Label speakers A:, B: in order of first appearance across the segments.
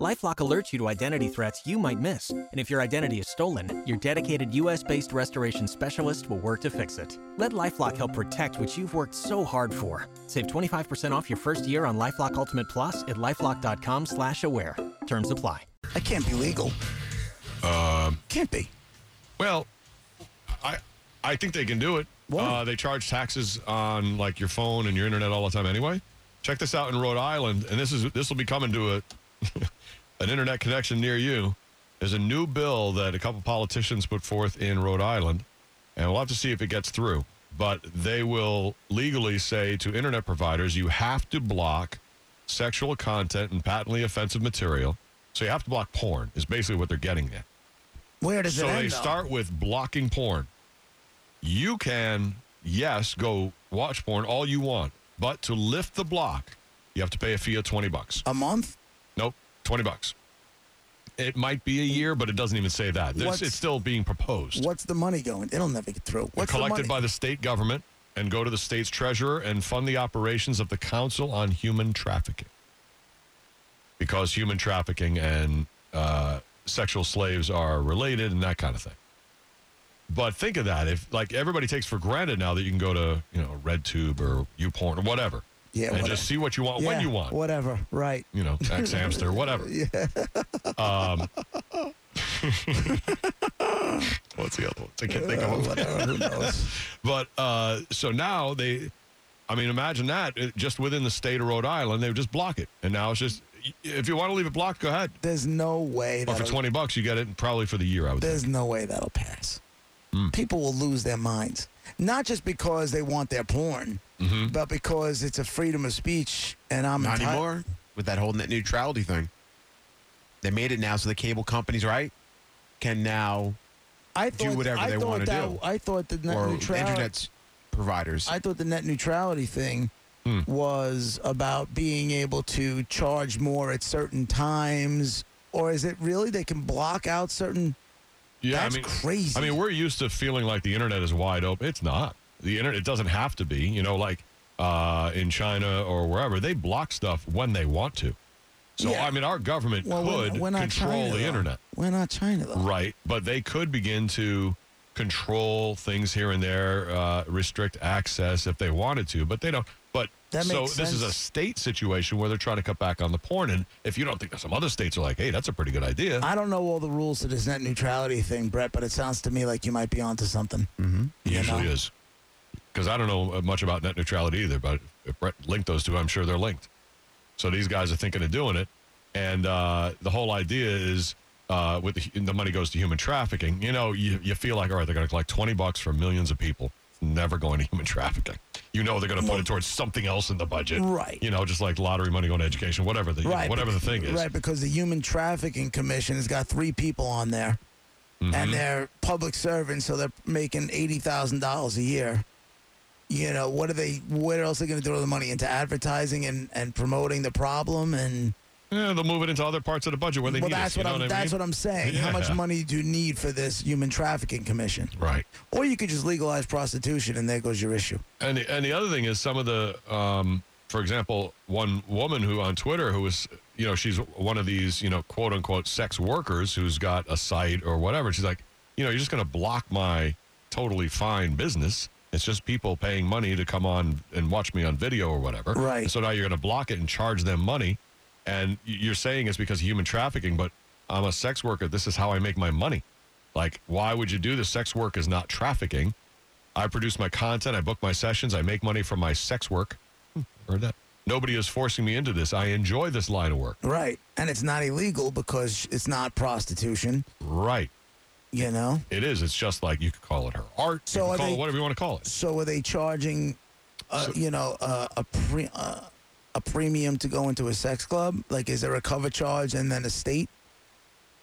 A: Lifelock alerts you to identity threats you might miss. And if your identity is stolen, your dedicated US based restoration specialist will work to fix it. Let Lifelock help protect what you've worked so hard for. Save 25% off your first year on Lifelock Ultimate Plus at lifelock.com slash aware. Terms apply.
B: That can't be legal.
C: Um,
B: Can't be.
C: well, I I think they can do it.
B: Why?
C: Uh, they charge taxes on like your phone and your internet all the time anyway. Check this out in Rhode Island, and this is this will be coming to a an internet connection near you. There's a new bill that a couple politicians put forth in Rhode Island, and we'll have to see if it gets through. But they will legally say to internet providers, you have to block sexual content and patently offensive material. So you have to block porn. Is basically what they're getting at
B: Where does
C: so
B: it end?
C: they
B: though?
C: start with blocking porn. You can, yes, go watch porn all you want, but to lift the block, you have to pay a fee of 20 bucks.
B: a month.
C: Nope, 20 bucks. It might be a year, but it doesn't even say that. There's-
B: What's-
C: It's still being proposed.
B: What's the money going? It'll never get through. What's
C: collected
B: the money?
C: by the state government and go to the state's treasurer and fund the operations of the Council on Human Trafficking. Because human trafficking and uh, sexual slaves are related and that kind of thing. But think of that. If like everybody takes for granted now that you can go to, you know, RedTube or YouPorn or whatever.
B: Yeah,
C: And
B: whatever.
C: just see what you want
B: Yeah,
C: when you want.
B: Whatever. Right.
C: You know, ex hamster, whatever. Um, what's the other one? I can't think of
B: Uh,
C: one.
B: whatever. Who knows?
C: But uh, so now they, I mean, imagine that it- just within the state of Rhode Island, they would just block it. And now it's just, if you want to leave it blocked, go ahead.
B: There's no way.
C: But for
B: that'll-
C: 20 bucks, you get it probably for the year, I would think. Hmm.
B: There's no way that'll pass. People will lose their minds. Not just because they want their porn,
C: Mm-hmm.
B: but because it's a freedom of speech, and I'm
D: Not
B: enti-
D: anymore with that whole net neutrality thing. They made it now so the cable companies, right, can now
B: I
D: do
B: thought,
D: whatever
B: I
D: they
B: thought
D: wanna
B: that-
D: do.
B: I thought the net
D: or
B: neutrality.
D: internet providers.
B: I thought the net neutrality thing
C: Hmm.
B: was about being able to charge more at certain times, or is it really they can block out certain?
C: Yeah,
B: That's
C: I mean,
B: crazy.
C: I mean, we're used to feeling like the internet is wide open. It's not. The internet it doesn't have to be. You know, like uh, in China or wherever, they block stuff when they want to. So
B: Yeah.
C: I mean, our government
B: Well, we're-
C: could
B: we're not
C: control
B: China,
C: the
B: though.
C: internet,
B: We're not China though.
C: right? But they could begin to control things here and there, uh, restrict access if they wanted to. But they don't. But
B: That
C: so
B: makes
C: this is a
B: sense.
C: state situation where they're trying to cut back on the porn. And if you don't think some other states are like, hey, that's a pretty good idea.
B: I don't know all the rules to this net neutrality thing, Brett, but it sounds to me like you might be onto something.
C: It
B: you
C: usually
B: know?
C: is. Because I don't know uh, much about net neutrality either, but if Brett linked those two, I'm sure they're linked. So these guys are thinking of doing it. And uh, the whole idea is uh, with the, the money goes to human trafficking. You know, you, you feel like, all right, they're going to collect 20 bucks from millions of people. It's never going to human trafficking. You know they're going to put it towards something else in the budget.
B: Right.
C: You know, just like lottery money going to education, whatever the, you know, whatever the
B: bec-
C: thing is.
B: Right, because the Human Trafficking Commission has got three people on there,
C: Mm-hmm.
B: and they're public servants, so they're making eighty thousand dollars a year. You know what are they? What else are they going to throw the money into advertising and, and promoting the problem? And
C: Yeah, Eh, they'll move it into other parts of the budget where they
B: well,
C: need
B: that's
C: it. You
B: what
C: know
B: I'm.
C: what I
B: that's
C: mean?
B: what I'm saying. How much
C: Yeah.
B: money do you need for this Human Trafficking Commission?
C: Right.
B: Or you could just legalize prostitution, and there goes your issue.
C: And the, and the other thing is some of the, um, for example, one woman who on Twitter who was, you know, she's one of these, you know, quote unquote sex workers who's got a site or whatever. She's like, you know, you're just going to block my totally fine business. It's just people paying money to come on and watch me on video or whatever.
B: Right.
C: So now you're going to block it and charge them money. And y- you're saying it's because of human trafficking, but I'm a sex worker. This is how I make my money. Like, why would you do this? Sex work is not trafficking. I produce my content. I book my sessions. I make money from my sex work. Hmm, Heard that? Nobody is forcing me into this. I enjoy this line of work.
B: Right, and it's not illegal because it's not prostitution.
C: Right.
B: You know.
C: It is. It's just like you could call it her art.
B: So
C: you could
B: are
C: call
B: they-
C: it whatever you want to call it.
B: So are they charging, uh, you know, uh, a pre, uh, a premium to go into a sex club? Like, is there a cover charge and then a state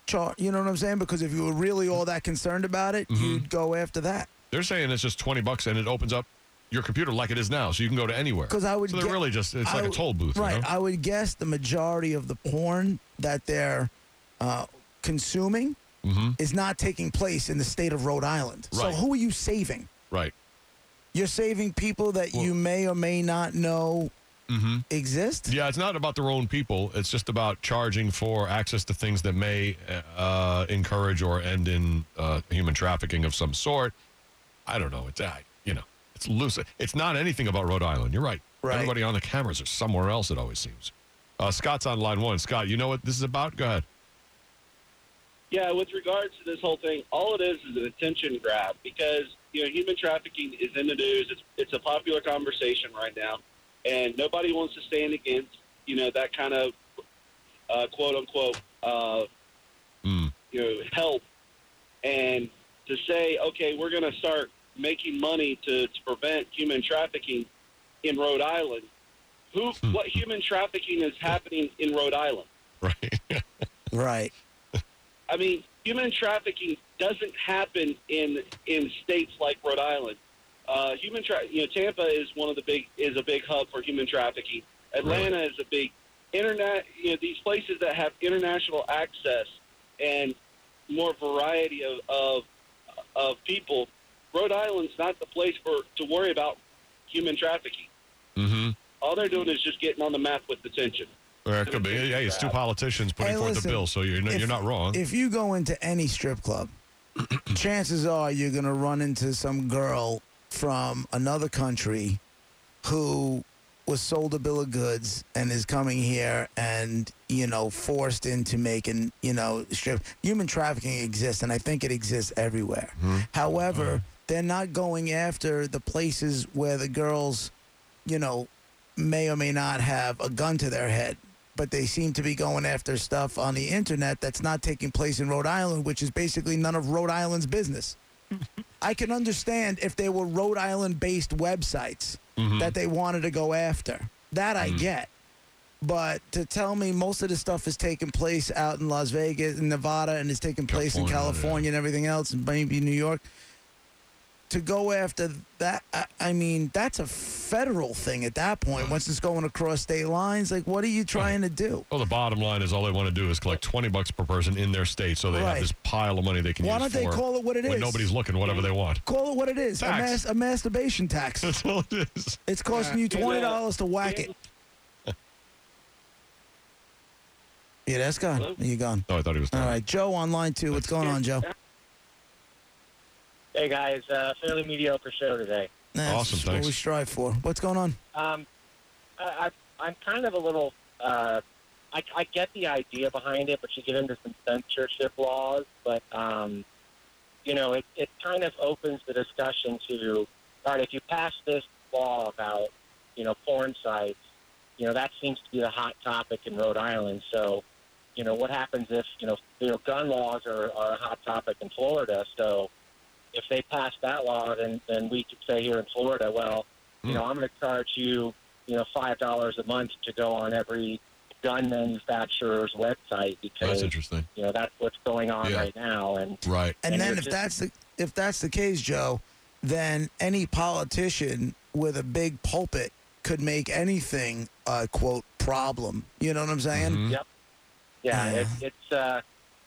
B: charge? You know what I'm saying? Because if you were really all that concerned about it,
C: Mm-hmm.
B: you'd go after that.
C: They're saying it's just 20 bucks and it opens up your computer like it is now. So you can go to anywhere.
B: Because I would.
C: So they're
B: gue-
C: really just, it's
B: I
C: like a
B: would-
C: toll booth. you
B: Right.
C: know?
B: I would guess the majority of the porn that they're uh, consuming
C: Mm-hmm.
B: is not taking place in the state of Rhode Island. So
C: Right.
B: who are you saving?
C: Right.
B: You're saving people that you may or may not know
C: Mm-hmm.
B: exist.
C: Yeah, it's not about their own people. It's just about charging for access to things that may uh, encourage or end in uh, human trafficking of some sort. I don't know. It's I, you know, it's loose. It's not anything about Rhode Island. You're right.
B: Right.
C: Everybody on the cameras are somewhere else. It always seems. Uh, Scott's on line one. Scott, you know what this is about? Go ahead.
E: Yeah, with regards to this whole thing, all it is is an attention grab because you know human trafficking is in the news. It's it's a popular conversation right now, and nobody wants to stand against you know that kind of uh, quote unquote uh,
C: Mm.
E: you know help, and to say okay we're going to start making money to, to prevent human trafficking in Rhode Island. Who what human trafficking is happening in Rhode Island?
C: Right.
B: Right.
E: I mean, human trafficking doesn't happen in in states like Rhode Island. Uh, human tra- you know, Tampa is one of the big is a big hub for human trafficking. Atlanta is a big internet. You know, these places that have international access and more variety of of, of people. Rhode Island's not the place for to worry about human trafficking.
C: mm-hmm.
E: All they're doing is just getting on the map with detention.
C: Or it could be. Hey, it's two politicians putting
B: Hey,
C: forth
B: listen,
C: a bill, so you're,
B: if-
C: you're not wrong.
B: If you go into any strip club, chances are you're going to run into some girl from another country who was sold a bill of goods and is coming here and, you know, forced into making, you know, strip. Human trafficking exists, and I think it exists everywhere. However, they're not going after the places where the girls, you know, may or may not have a gun to their head, but they seem to be going after stuff on the internet that's not taking place in Rhode Island, which is basically none of Rhode Island's business. I can understand if they were Rhode Island based websites that they wanted to go after. That I
C: Mm.
B: get. But to tell me most of the stuff is taking place out in Las Vegas and Nevada and is taking place in
C: California, yeah.
B: California and everything else, and maybe New York to go after that I, I mean that's a federal thing at that
C: Mm.
B: point once it's going across state lines like what are you trying to do
C: well, the bottom line is all they want to do is collect twenty bucks per person in their state, so they
B: Right.
C: have this pile of money they can
B: Why
C: use
B: don't they
C: for
B: call it what it
C: when
B: is?
C: nobody's looking, whatever they want.
B: call it what it is a,
C: Tax.
B: mas- a masturbation tax
C: That's all it is.
B: it's costing you
E: You know,
B: $20 to whack it
E: Dan-
B: yeah that's gone
E: Hello?
B: you gone
C: Oh, I thought he was.
B: all
C: done.
B: right joe on line two what's going on joe
F: Hey guys, uh, fairly mediocre show today.
B: that's
C: Awesome,
B: what
C: thanks.
B: we strive for what's going on
F: Um, I, I, I'm kind of a little. Uh, I, I get the idea behind it, but you get into some censorship laws. But um, you know, it, it kind of opens the discussion to all right. If you pass this law about you know porn sites, you know that seems to be the hot topic in Rhode Island. So you know, what happens if you know you know gun laws are, are a hot topic in Florida? So if they pass that law, then then we could say here in Florida, well, you
C: Hmm.
F: know, I'm going to charge you, you know, five dollars a month to go on every gun manufacturer's website
C: That's
F: because
C: interesting.
F: you know that's what's going on
C: Yeah.
F: right now. And
C: Right.
B: And,
F: And
B: then
F: you're
B: if
F: just-
B: that's the if that's the case, Joe, then any politician with a big pulpit could make anything a quote problem. You know what I'm saying?
C: Mhm.
F: yeah,
B: Yeah.
F: it, it's uh,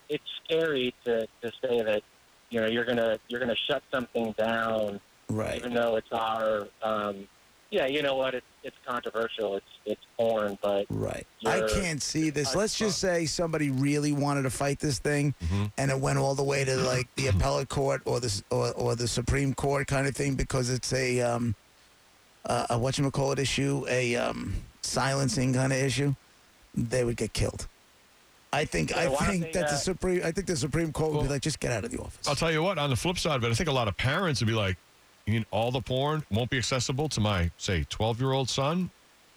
F: it's scary to, to say that you know you're gonna you're gonna shut something down
B: Right.
F: even though it's our um, yeah you know what it's it's controversial it's it's porn but
B: Right. I
F: You're-
B: can't see this.
F: I-
B: Let's just say somebody really wanted to fight this thing
C: Mhm.
B: and it went all the way to like the appellate court or the or, or the Supreme Court kind of thing because it's a um uh, a whatchamacallit issue, a um silencing kind of issue, they would get killed. I think
F: Yeah,
B: I
F: why don't
B: think
F: they,
B: that the
F: uh,
B: Supreme I think the Supreme Court would be
C: Well-
B: like, just get out of the office.
C: I'll tell you what. On the flip side, but I think a lot of parents would be like, "You mean all the porn won't be accessible to my say 12 year old son,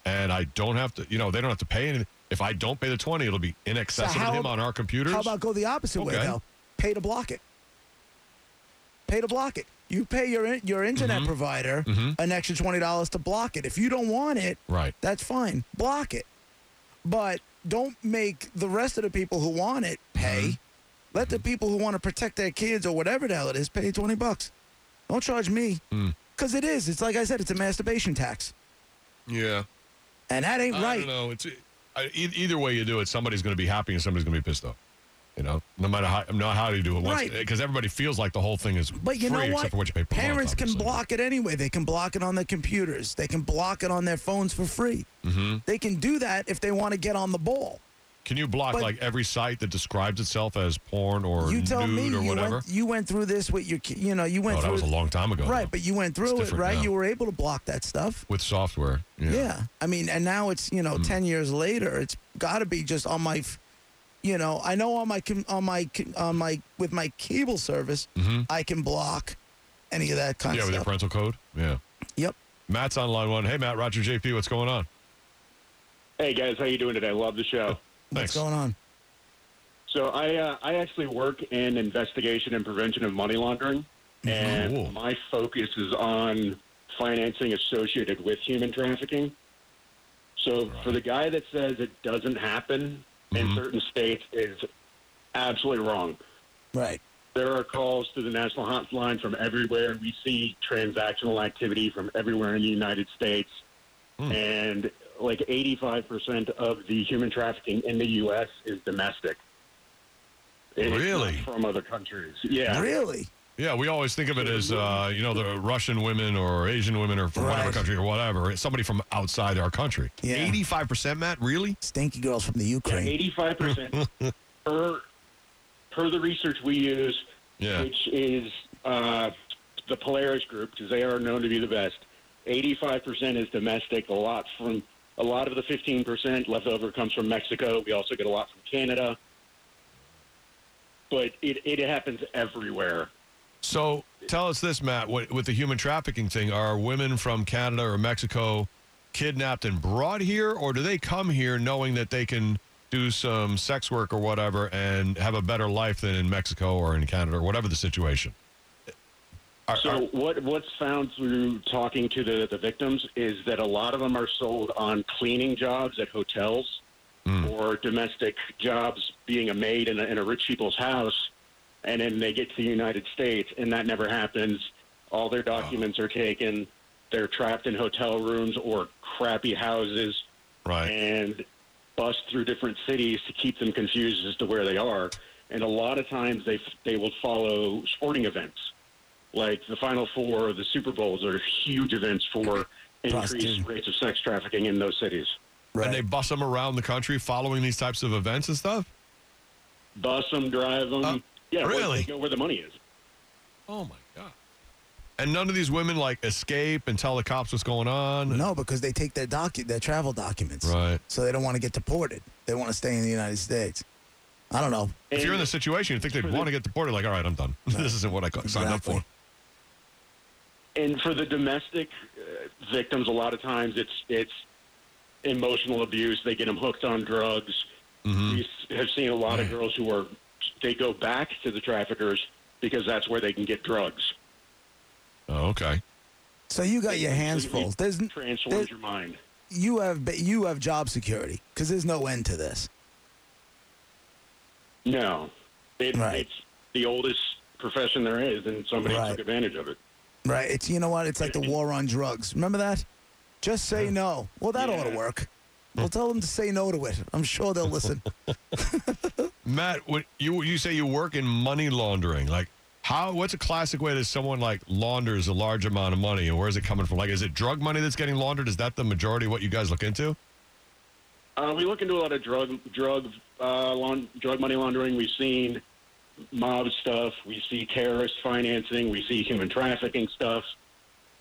C: and I don't have to. You know, they don't have to pay anything. If I don't pay the 20, it'll be inaccessible
B: how-
C: to him on our computers.
B: How about go the opposite way
C: Okay.
B: though? Pay to block it. Pay to block it. You pay your in- your internet provider
C: Mhm.
B: an extra twenty dollars to block it. If you don't want it,
C: right.
B: that's fine. Block it. But don't make the rest of the people who want it pay.
C: Mm-hmm.
B: Let the people who want to protect their kids or whatever the hell it is pay 20 bucks. Don't charge me.
C: Mm.
B: Because it is. It's like I said, it's a masturbation tax.
C: Yeah.
B: And that ain't
C: I
B: right.
C: don't know. It's I, e- either way you do it, somebody's going to be happy and somebody's going to be pissed off. You know, no matter how no how you do it, once
B: Right.
C: because everybody feels like the whole thing is
B: But you
C: free
B: know
C: except
B: what?
C: for what you pay per month,
B: Parents can
C: obviously.
B: block it anyway. They can block it on their computers. They can block it on their phones for free. They can do that if they want to get on the ball.
C: Mm-hmm. Can you block
B: but-
C: like every site that describes itself as porn or
B: you tell
C: nude
B: me
C: or
B: you
C: whatever?
B: went you went through this with your ki- you know you went
C: oh, that
B: through
C: was a long time ago.
B: right,
C: though,
B: but you went through it
C: different
B: right.
C: now.
B: You were able to block that stuff.
C: with software.
B: Yeah. I mean, and now it's you
C: Hmm.
B: know ten years later. It's got to be just on my, f- you know, I know on my com- on my com- on my with my cable service, I can block any of that kind
C: Mm-hmm. Yeah,
B: of
C: with your
B: stuff.
C: parental code. Yeah.
B: yep.
C: Matt's on line one. Hey, Matt, Roger JP, what's going on?
G: Hey guys, how you doing today? Love the show.
C: Thanks.
B: What's going on?
G: So I uh, I actually work in investigation and prevention of money laundering, and
C: Cool.
G: my focus is on financing associated with human trafficking. So for the guy that says it doesn't happen
B: Mm-hmm.
G: in certain states is absolutely wrong.
B: Right.
G: There are calls to the national hotline from everywhere. We see transactional activity from everywhere in the United States.
B: Hmm.
G: And like 85% of the human trafficking in the U.S. is domestic. It's not
C: Really?
G: From other countries. Yeah.
B: Really?
C: Yeah, we always think of it as uh, you know the Russian women or Asian women or from whatever
B: Right.
C: country or whatever. It's somebody from outside our country.
B: Yeah.
D: Eighty-five percent, Matt. Really?
B: Stinky girls from the
G: Yeah,
B: Ukraine.
G: 85% per, per the research we use,
C: Yeah.
G: which is uh, the Polaris group because they are known to be the best. Eighty-five percent is domestic. A lot from a lot of the fifteen percent left over comes from Mexico. We also get a lot from Canada, but it it happens everywhere.
C: So tell us this, Matt, what, with the human trafficking thing, are women from Canada or Mexico kidnapped and brought here, or do they come here knowing that they can do some sex work or whatever and have a better life than in Mexico or in Canada or whatever the situation? Are-
G: So
C: are-
G: what what's found through talking to the, the victims is that a lot of them are sold on cleaning jobs at hotels or domestic jobs, being a maid in a, in a rich people's house, and then they get to the United States, and that never happens. All their documents are taken. They're trapped in hotel rooms or crappy houses
C: right.
G: and bust through different cities to keep them confused as to where they are. And a lot of times they they will follow sporting events, like the Final Four or the Super Bowls are huge events for increased
B: Prostitution.
G: rates of sex trafficking in those cities.
B: right.
C: And they bus them around the country following these types of events and stuff?
G: Bus them, drive them.
C: Uh,
G: yeah, where-
C: really?
G: they know where the money is.
C: Oh, my God. And none of these women, like, escape and tell the cops what's going on?
B: no, because they take their docu- their travel documents.
C: Right.
B: So they don't want to get deported. They want to stay in the United States. I don't know.
C: If you're in
G: And-
C: the situation, you think they'd want to get deported, like, all right, I'm done. this isn't what I co- signed up
B: Exactly.
C: for.
G: and for the domestic uh, victims, a lot of times it's it's emotional abuse. They get them hooked on drugs. We s- have seen a lot of girls who are they go back to the traffickers because that's where they can get drugs.
C: Oh, okay.
B: So you got your hands
G: Completely
B: full. There's, n-
G: transforms
B: there's
G: your mind.
B: you have ba- you have job security because there's no end to this.
G: No, it,
B: Right.
G: it's the oldest profession there is, and somebody
B: Right.
G: took advantage of it.
B: Right. It's you know what? It's like the war on drugs. Remember that? Just say no. Well, that ought to
G: Yeah.
B: work. We'll tell them to say no to it. I'm sure they'll listen.
C: Matt, what you you say you work in money laundering. Like how what's a classic way that someone like launders a large amount of money and where is it coming from? Like is it drug money that's getting laundered? Is that the majority of what you guys look into?
G: Uh, we look into a lot of drug drug uh, laun- drug money laundering. We've seen mob stuff. We see terrorist financing. We see human trafficking stuff.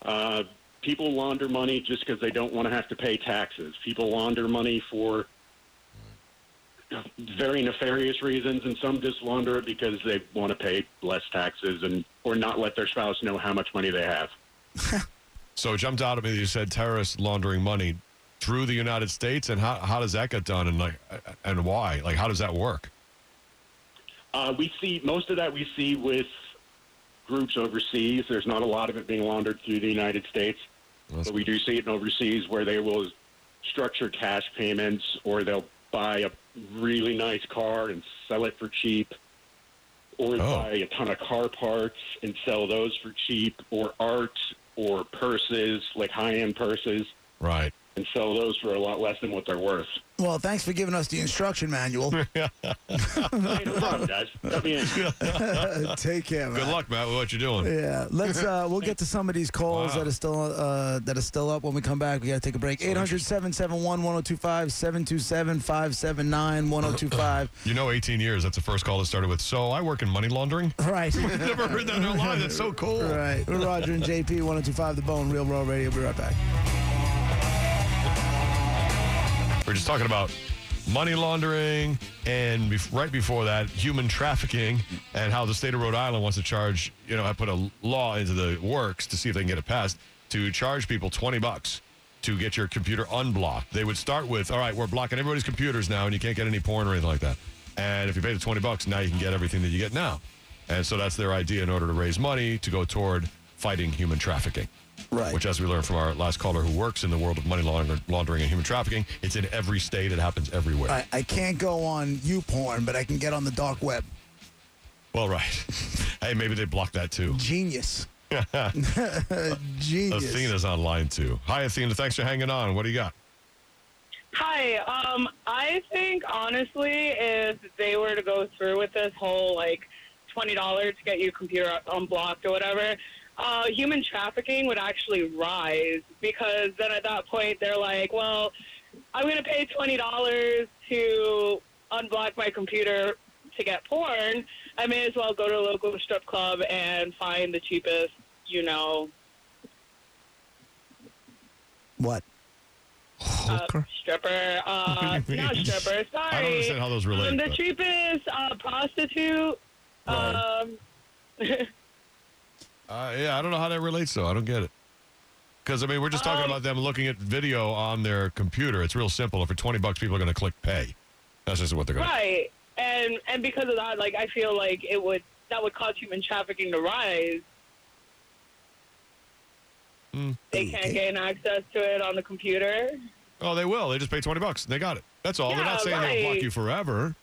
G: Uh, people launder money just because they don't want to have to pay taxes. People launder money for very nefarious reasons, and some just launder it because they want to pay less taxes and or not let their spouse know how much money they have.
C: So it jumped out at me that you said terrorists laundering money through the United States and how how does that get done and like and why? Like how does that work?
G: Uh, we see most of that we see with groups overseas. There's not a lot of it being laundered through the United States,
C: That's-
G: but we do see it in overseas where they will structure cash payments or they'll buy a really nice car and sell it for cheap,
C: Oh.
G: or buy a ton of car parts and sell those for cheap, or art or purses like high end purses.
C: Right.
G: and sell those for a lot less than what they're worth.
B: Well, thanks for giving us the instruction manual.
G: Hey, no problem, guys. Let me in.
B: Take care, man.
C: Good luck, Matt, with what you're doing.
B: Yeah, let's. Uh, we'll get to some of these calls
C: Wow.
B: that are still uh, that are still up when we come back. We got to take a break. 800-771-1025-727-579-1025.
C: You know, 18 years, that's the first call that started with, so I work in money laundering.
B: Right,
C: Never heard that in our life. That's so cool.
B: right. We're Roger and JP 1025 The Bone Real Raw Radio. Be right back.
C: We're just talking about money laundering and bef- right before that, human trafficking and how the state of Rhode Island wants to charge, you know, I put a law into the works to see if they can get it passed to charge people 20 bucks to get your computer unblocked. They would start with, all right, we're blocking everybody's computers now and you can't get any porn or anything like that. And if you pay the 20 bucks, now you can get everything that you get now. And so that's their idea in order to raise money to go toward fighting human trafficking.
B: Right.
C: Which, as we learned from our last caller who works in the world of money launder- laundering and human trafficking, it's in every state. It happens everywhere.
B: I, I can't go on YouPorn, but I can get on the dark web.
C: Well, right. hey, maybe they blocked that too.
B: Genius. Genius.
C: Athena's online too. Hi, Athena. Thanks for hanging on. What do you got?
H: Hi. Um, I think honestly, if they were to go through with this whole like twenty dollars to get your computer unblocked or whatever, uh, human trafficking would actually rise because then at that point they're like, well, I'm going to pay twenty dollars to unblock my computer to get porn. I may as well go to a local strip club and find the cheapest, you know,
B: What?
H: uh, stripper. Uh,
C: What do you
H: not
C: mean?
H: stripper. Sorry.
C: I don't understand how those relate.
H: Um, the
C: but-
H: cheapest uh, prostitute. Um,
C: Uh, yeah, I don't know how that relates though. I don't get it. Because I mean, we're just talking
H: Um,
C: about them looking at video on their computer. It's real simple. For twenty bucks, people are going to click pay. That's just what they're going. to
H: right, and and because of that, like I feel like it would that would cause human trafficking to rise.
C: Mm.
H: They can't gain access to it on the computer.
C: Oh, they will. They just pay twenty bucks. They got it. That's all. they're
H: Yeah,
C: not saying they'll block
H: right.
C: you forever.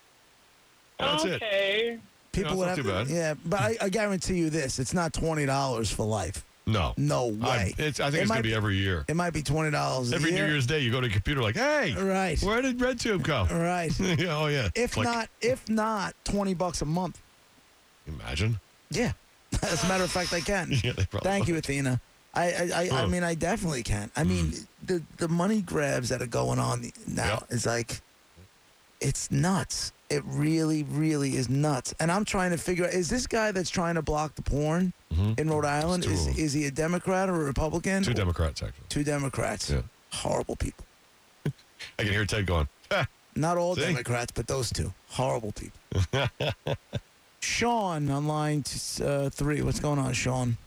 C: That's it.
H: okay.
B: People
C: Yeah,
B: would
C: it's
B: have
C: not
B: to,
C: too bad.
B: Yeah, but I, I guarantee you this: it's not twenty dollars for life.
C: No.
B: No way.
C: I, it's, I think
B: It
C: it's
B: might
C: going to be every year.
B: It might be twenty dollars
C: Every
B: year.
C: New Year's Day, you go to your computer like, hey,
B: Right.
C: where did RedTube go?
B: Right.
C: yeah, oh, yeah.
B: If
C: Click.
B: not, if not, twenty bucks a month.
C: Imagine.
B: Yeah. As a matter of fact, I can.
C: Yeah, they probably
B: Thank you, Athena. I I, I, I
C: Oh.
B: mean, I definitely can. I mean, the the money grabs that are going on now
C: Hmm. Yep.
B: is like, it's nuts. It really, really is nuts. And I'm trying to figure out: is this guy that's trying to block the porn in Rhode Island
C: two
B: is
C: of 'em.
B: is he a Democrat or a Republican?
C: Mm-hmm. Two Democrats, actually.
B: Two Democrats.
C: Yeah.
B: Horrible people.
C: I can hear Ted going, "Ha,
B: Not all
C: See?
B: Democrats, but those two. Horrible people. Sean on line t- uh, three. What's going on, Sean?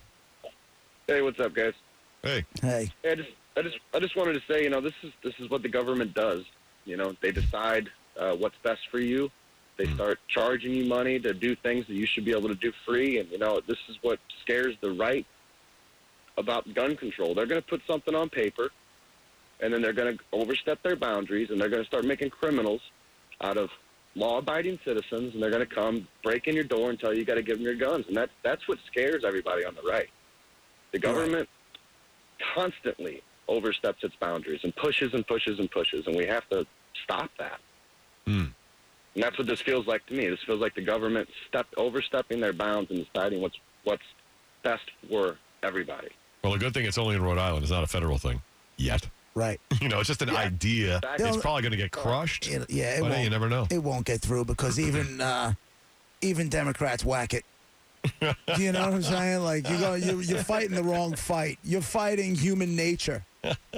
I: Hey, what's up, guys?
C: hey,
B: Hey.
I: Hey, I just, I just, I just wanted to say, you know, this is this is what the government does. You know, they decide uh, what's best for you. They start charging you money to do things that you should be able to do free, and you know, this is what scares the right about gun control. They're going to put something on paper, and then they're going to overstep their boundaries, and they're going to start making criminals out of law-abiding citizens, and they're going to come break in your door and tell you you got to give them your guns, and that that's what scares everybody on the right. The government constantly oversteps its boundaries and pushes and pushes and pushes, and we have to stop that. And that's what this feels like to me. This feels like the government stepped overstepping their bounds and deciding what's what's best for everybody.
C: well, a good thing it's only in Rhode Island. It's not a federal thing yet.
B: Right.
C: You know, it's just an idea.
I: exactly.
C: It's probably going to get crushed.
B: It- yeah. It
C: but hey,
B: won't-
C: you never know.
B: it won't get through because even uh, even Democrats whack it. Do you know what I'm saying? Like you go, you're, you're fighting the wrong fight. You're fighting human nature.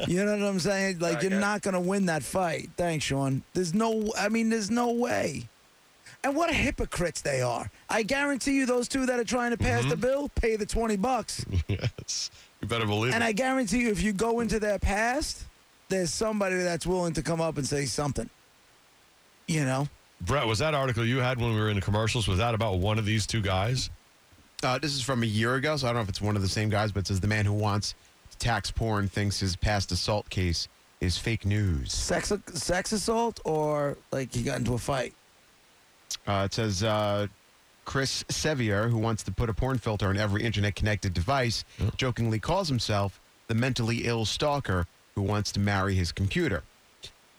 B: You know what I'm saying? Like you're not going to win that fight. Thanks, Sean. There's no, I mean, there's no way. And what hypocrites they are! I guarantee you, those two that are trying to pass the bill pay the twenty bucks.
C: Mm-hmm. yes. You better believe
B: and
C: it.
B: I guarantee you, if you go into their past, there's somebody that's willing to come up and say something. You know.
C: Brett, was that article you had when we were in the commercials, was that about one of these two guys?
D: Uh, this is from a year ago, so I don't know if it's one of the same guys, but it says the man who wants to tax porn thinks his past assault case is fake news.
B: sex sex assault or like he got into a fight.
D: Uh, it says uh, Chris Sevier, who wants to put a porn filter on every internet connected device, jokingly calls himself the mentally ill stalker who wants to marry his computer.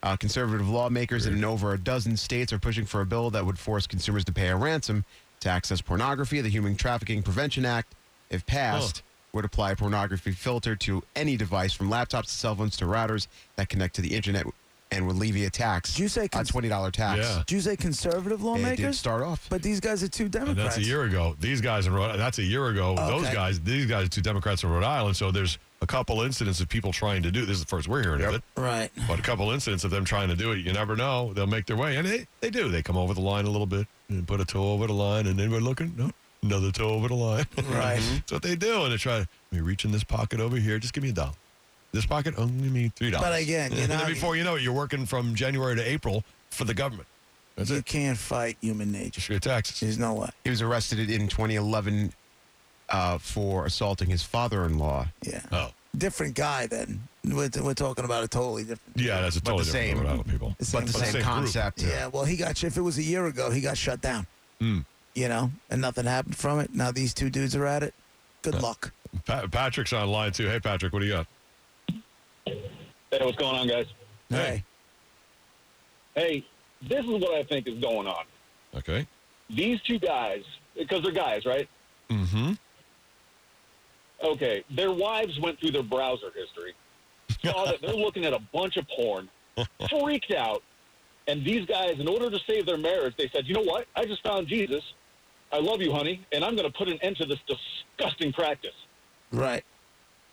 D: Uh, conservative lawmakers in over a dozen states are pushing for a bill that would force consumers to pay a ransom to access pornography. The Human Trafficking Prevention Act, if passed, would apply a pornography filter to any device from laptops to cell phones to routers that connect to the internet and would levy a tax.
B: Did you say
D: a
B: cons-
D: $20 tax?
C: Yeah.
B: Did you say conservative
D: It did
B: lawmakers?
D: start off.
B: But these guys are two
C: And
B: Democrats.
C: that's a year ago. These guys in Rhode that's a year ago. Those
B: Okay.
C: guys, these guys, are two Democrats in Rhode Island. So there's a couple incidents of people trying to do. This is the first we're hearing of it,
B: Right.
C: but a couple incidents of them trying to do it. You never know. They'll make their way, and they they do. They come over the line a little bit and put a toe over the line, and anybody looking, no, another toe over the line.
B: Right.
C: that's what they do, and they try. to Let me reach in this pocket over here. Just give me a dollar. This pocket, only me three dollars.
B: But again, you
C: and then
B: know-
C: before you know it, you're working from January to April for the government. That's
B: you
C: it.
B: can't fight human nature.
C: Just your taxes.
B: There's no way.
D: He was arrested in 2011 uh, for assaulting his father-in-law.
B: Yeah.
C: Oh,
B: Different guy then. We're, we're talking about a totally different.
C: yeah, that's a
D: But the
C: totally different
D: same.
C: Rhode Island people.
B: It's
D: But the same,
C: same group.
D: concept.
B: Yeah. well, he got if it was a year ago, he got shut down. You know, and nothing happened from it. Now these two dudes are at it. Good luck.
C: Pa- Patrick's on line too. Hey, Patrick, what do you got?
E: Hey, what's going on, guys?
C: Hey.
B: Hey,
E: Hey, this is what I think is going on.
C: Okay.
E: These two guys, because they're guys, right?
C: Mm-hmm.
E: Okay, their wives went through their browser history, saw that they're looking at a bunch of porn, freaked out, and these guys, in order to save their marriage, they said, "You know what? I just found Jesus. I love you, honey, and I'm going to put an end to this disgusting practice."
B: right,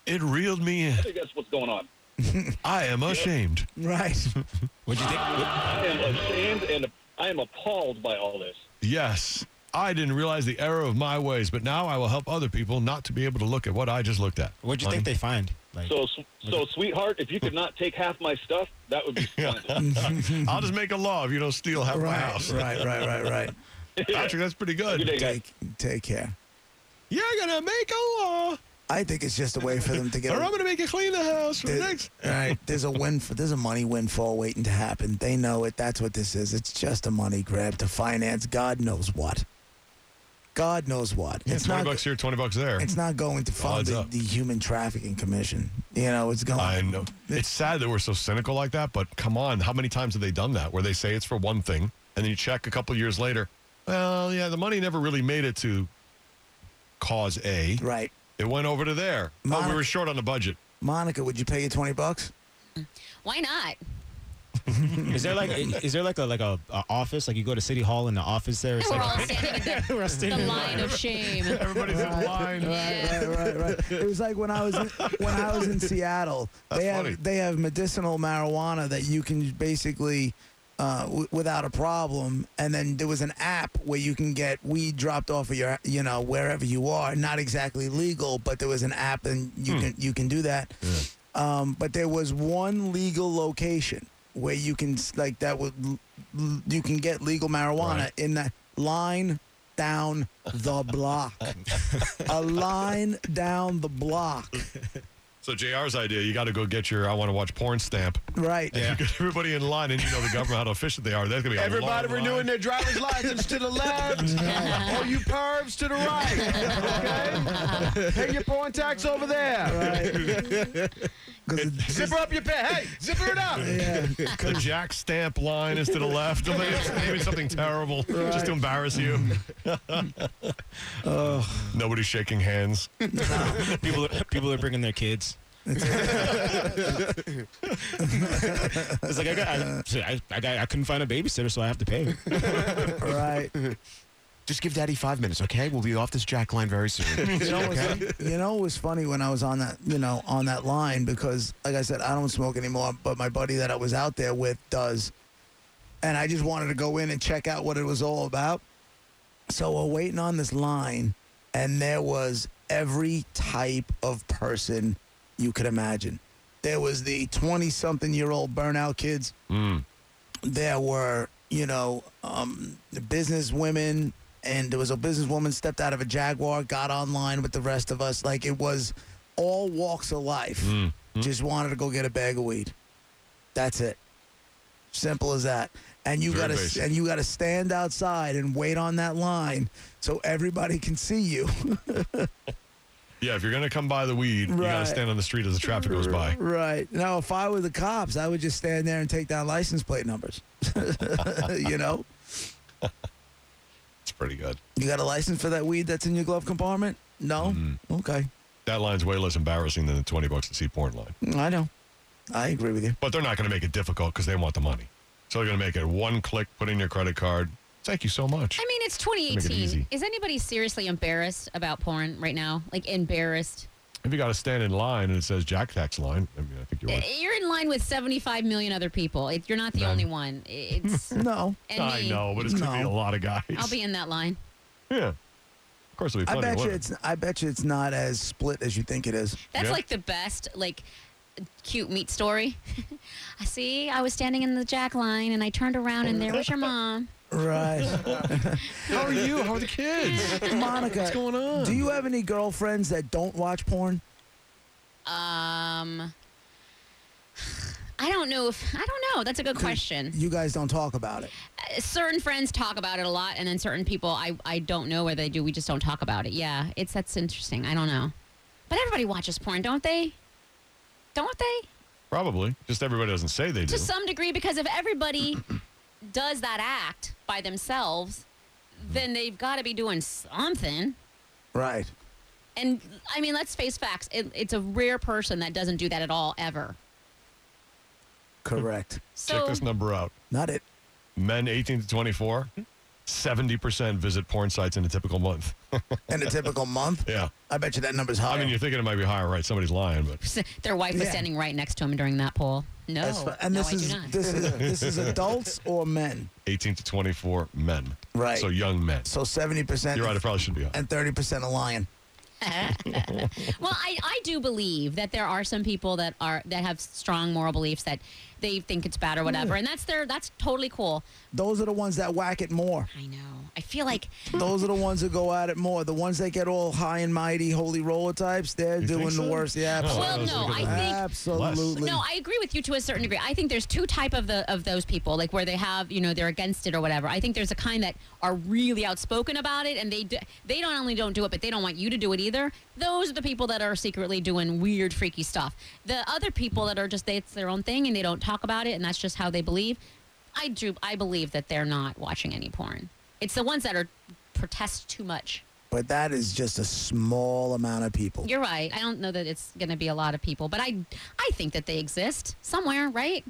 C: It reeled me in.
E: I think that's what's going on.
C: I am ashamed.
B: right.
J: What'd you think?
E: I am ashamed and I am appalled by all this.
C: Yes. I didn't realize the error of my ways, but now I will help other people not to be able to look at what I just looked at.
J: What'd you think they find? Like,
E: So, so sweetheart, if you could not take half my stuff, that would be splendid.
C: I'll just make a law if you don't steal half my
B: right,
C: house.
B: right, right, right, right.
C: Patrick, that's pretty
E: Good day,
C: good.
E: guys.
B: Take take care.
C: You're gonna make a law,
B: I think it's just a way for them to get.
C: or I'm
B: a-
C: gonna make you clean the house for the
B: there-
C: next.
B: all right, there's a win. There's a money windfall waiting to happen. They know it. That's what this is. It's just a money grab to finance God knows what. God knows what.
C: Yeah,
B: it's
C: twenty
B: not.
C: bucks here, twenty bucks there.
B: It's not going to fund
C: Odds
B: the,
C: up.
B: the Human Trafficking Commission. You know, it's going.
C: I know. It's sad that we're so cynical like that, but come on, how many times have they done that where they say it's for one thing and then you check a couple years later, well, yeah, the money never really made it to cause A.
B: Right.
C: It went over to there. Oh, we
B: Monica-
C: were short on the budget.
B: Monica, would you pay you 20 bucks?
K: Why not?
J: is there like is there like a like a, a office? Like you go to city hall and the office there. It's
K: And we're all
J: like
K: standing in the, the
J: we're all standing in
K: line of shame.
C: Everybody's in line.
B: Right, right, right. It was like when I was in, when I was in Seattle. they have
C: funny.
B: they have medicinal marijuana that you can basically uh, w- without a problem, and then there was an app where you can get weed dropped off of your you know wherever you are. Not exactly legal, but there was an app and
C: Hmm.
B: you can you can do that. Um, but there was one legal location where you can s- like that would l- l- you can get legal marijuana
C: Right.
B: in that line down the block. a line down the block.
C: So JR's idea, you got to go get your I want to watch porn stamp.
B: Right.
C: You get everybody in line and you know the government how efficient they are. That's going to be a
D: Everybody
C: long
D: renewing
C: line.
D: their driver's license to the left. All you pervs to the right. Okay? Pay your porn tax over there.
B: Right. 'Cause it-
D: Zipper up your pants. Hey, zipper it up.
B: yeah.
C: The Jack Stamp line is to the left. They'll make it- Maybe something terrible just to embarrass you. Nobody's shaking hands.
J: people are, people are bringing their kids. it's like I got I, so I, I got I couldn't find a babysitter, so I have to pay.
B: Right.
D: Just give daddy five minutes, okay? We'll be off this jack line very soon.
B: You know, it was, you know, it was funny when I was on that, you know, on that line because, like I said, I don't smoke anymore. But my buddy that I was out there with does, and I just wanted to go in and check out what it was all about. So we're waiting on this line, and there was every type of person you could imagine. There was the twenty-something-year-old burnout kids. There were, you know, um, the business women, and there was a businesswoman stepped out of a Jaguar, got online with the rest of us. Like it was all walks of life.
C: Mm-hmm.
B: Just wanted to go get a bag of weed. That's it. Simple as that. And you
C: Very
B: got
C: basic.
B: to and you got to stand outside and wait on that line so everybody can see you.
C: Yeah, if you're going to come buy the weed, you got
B: Right.
C: to stand on the street as the traffic goes by.
B: Right. Now, if I were the cops, I would just stand there and take down license plate numbers. you know?
C: It's pretty good.
B: You got a license for that weed that's in your glove compartment? No?
C: Mm-hmm.
B: Okay.
C: That line's way less embarrassing than the 20 bucks to see porn line.
B: Mm, I know. I agree with you.
C: But they're not going to make it difficult because they want the money. So they're going to make it one click, put in your credit card. Thank you so much.
K: I mean, it's
C: Make it
K: 2018.
C: easy.
K: Is anybody seriously embarrassed about porn right now? Like embarrassed?
C: If you got to stand in line and it says Jack Tax line, I mean, I think you're right.
K: Eh, You're in line with 75 million other people. It- You're not the
C: No.
K: only one. It's
B: No.
K: and
C: I
K: me.
C: know, but it's going to be a
B: No.
C: lot of guys.
K: I'll be in that line.
C: yeah. Of course, it'll be
B: I
C: plenty of
B: bet you
C: women.
B: it's I bet you it's not as split as you think it is.
K: That's
C: Yeah.
K: like the best, like cute meat story. I see. I was standing in the jack line, and I turned around, and there was your mom.
B: Right.
C: How are you? How are the kids?
B: Monica, what's going on? Do you have any girlfriends that don't watch porn?
K: Um, I don't know if I don't know. That's a good question.
B: You guys don't talk about it.
K: Uh, Certain friends talk about it a lot, and then certain people I I don't know where they do. We just don't talk about it. Yeah, it's that's interesting. I don't know, but everybody watches porn, don't they? Don't they?
C: Probably. Just everybody doesn't say they do.
K: to some degree because if everybody does that act by themselves
C: Mm-hmm.
K: then they've got to be doing something
B: Right.
K: and i mean let's face facts it, it's a rare person that doesn't do that at all ever
B: Correct.
C: Check
K: so
C: this number out.
B: Not it.
C: Men 18 to 24, 70% visit porn sites in a typical month.
B: In a typical month,
C: Yeah.
B: I bet you that number's higher.
C: I mean, you're thinking it might be higher, right? Somebody's lying, but
K: their wife was
B: Yeah.
K: standing right next to him during that poll no
B: That's fi- and
K: Oh, no
B: this
K: i
B: is
K: do not
B: this is this is adults or men.
C: 18 to 24 men.
B: Right.
C: So young men.
B: So seventy percent.
C: You're right. It probably should be higher.
B: And thirty percent a lion.
K: well I, I do believe that there are some people that are that have strong moral beliefs that they think it's bad or whatever and that's their that's totally cool
B: Those are the ones that whack it more.
K: i know i feel like
B: Those are the ones that go at it more. The ones that get all high and mighty, holy roller types, they're
C: You think
B: doing
C: so?
B: the worst. Yeah,
C: Oh,
K: Well,
B: absolutely.
C: was
K: no,
C: a good
K: I
C: one.
K: think-
B: absolutely.
K: No, I agree with you to a certain degree. I think there's two type of the of those people, like where they have, you know, they're against it or whatever. I think there's a kind that are really outspoken about it, and they do, they don't only don't do it, but they don't want you to do it either. Those are the people that are secretly doing weird, freaky stuff. The other people that are just they, it's their own thing and they don't talk about it, and that's just how they believe. I do. I believe that they're not watching any porn. It's the ones that are protest too much.
B: but that is just a small amount of people.
K: You're right. I don't know that it's going to be a lot of people, but I I think that they exist somewhere, right?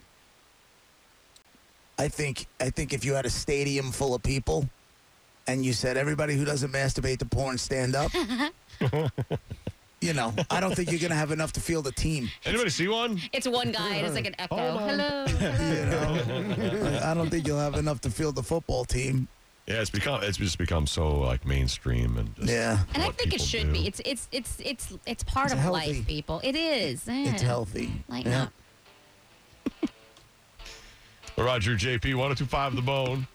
B: I think I think if you had a stadium full of people and you said everybody who doesn't masturbate to porn stand up, you know, I don't think you're gonna have enough to field a team.
C: Anybody see one?
K: It's one guy. It's like an echo. Hello.
B: You know, I don't think you'll have enough to field the football team.
C: Yeah, it's become it's just become so like mainstream and just
B: Yeah.
K: And I
C: what
K: think it
C: people
K: should
C: do.
K: be. It's it's it's it's it's part
B: It's
K: of
B: healthy.
K: life, people. It is. Yeah.
B: It's healthy.
K: Like
B: Yeah.
K: not.
C: Roger JP 1025 the bone.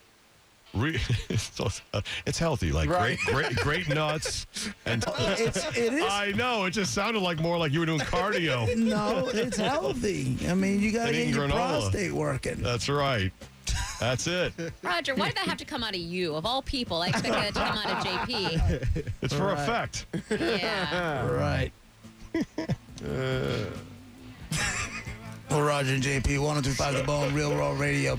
C: Re- so, uh, it's healthy, like
B: Right.
C: great, great, great nuts. And
B: It's it is
C: I know it just sounded like more like you were doing cardio.
B: no, it's healthy. I mean you gotta
C: And
B: get
C: eat
B: your
C: granola.
B: prostate working.
C: That's right. That's it.
K: Roger, why did that have to come out of you? Of all people, I expected it to come out of JP.
C: It's for
B: Right.
C: effect.
K: Yeah.
B: Right.
C: Uh.
B: well, Roger and JP, 1025 The Bone, Real Raw Radio.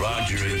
L: Roger and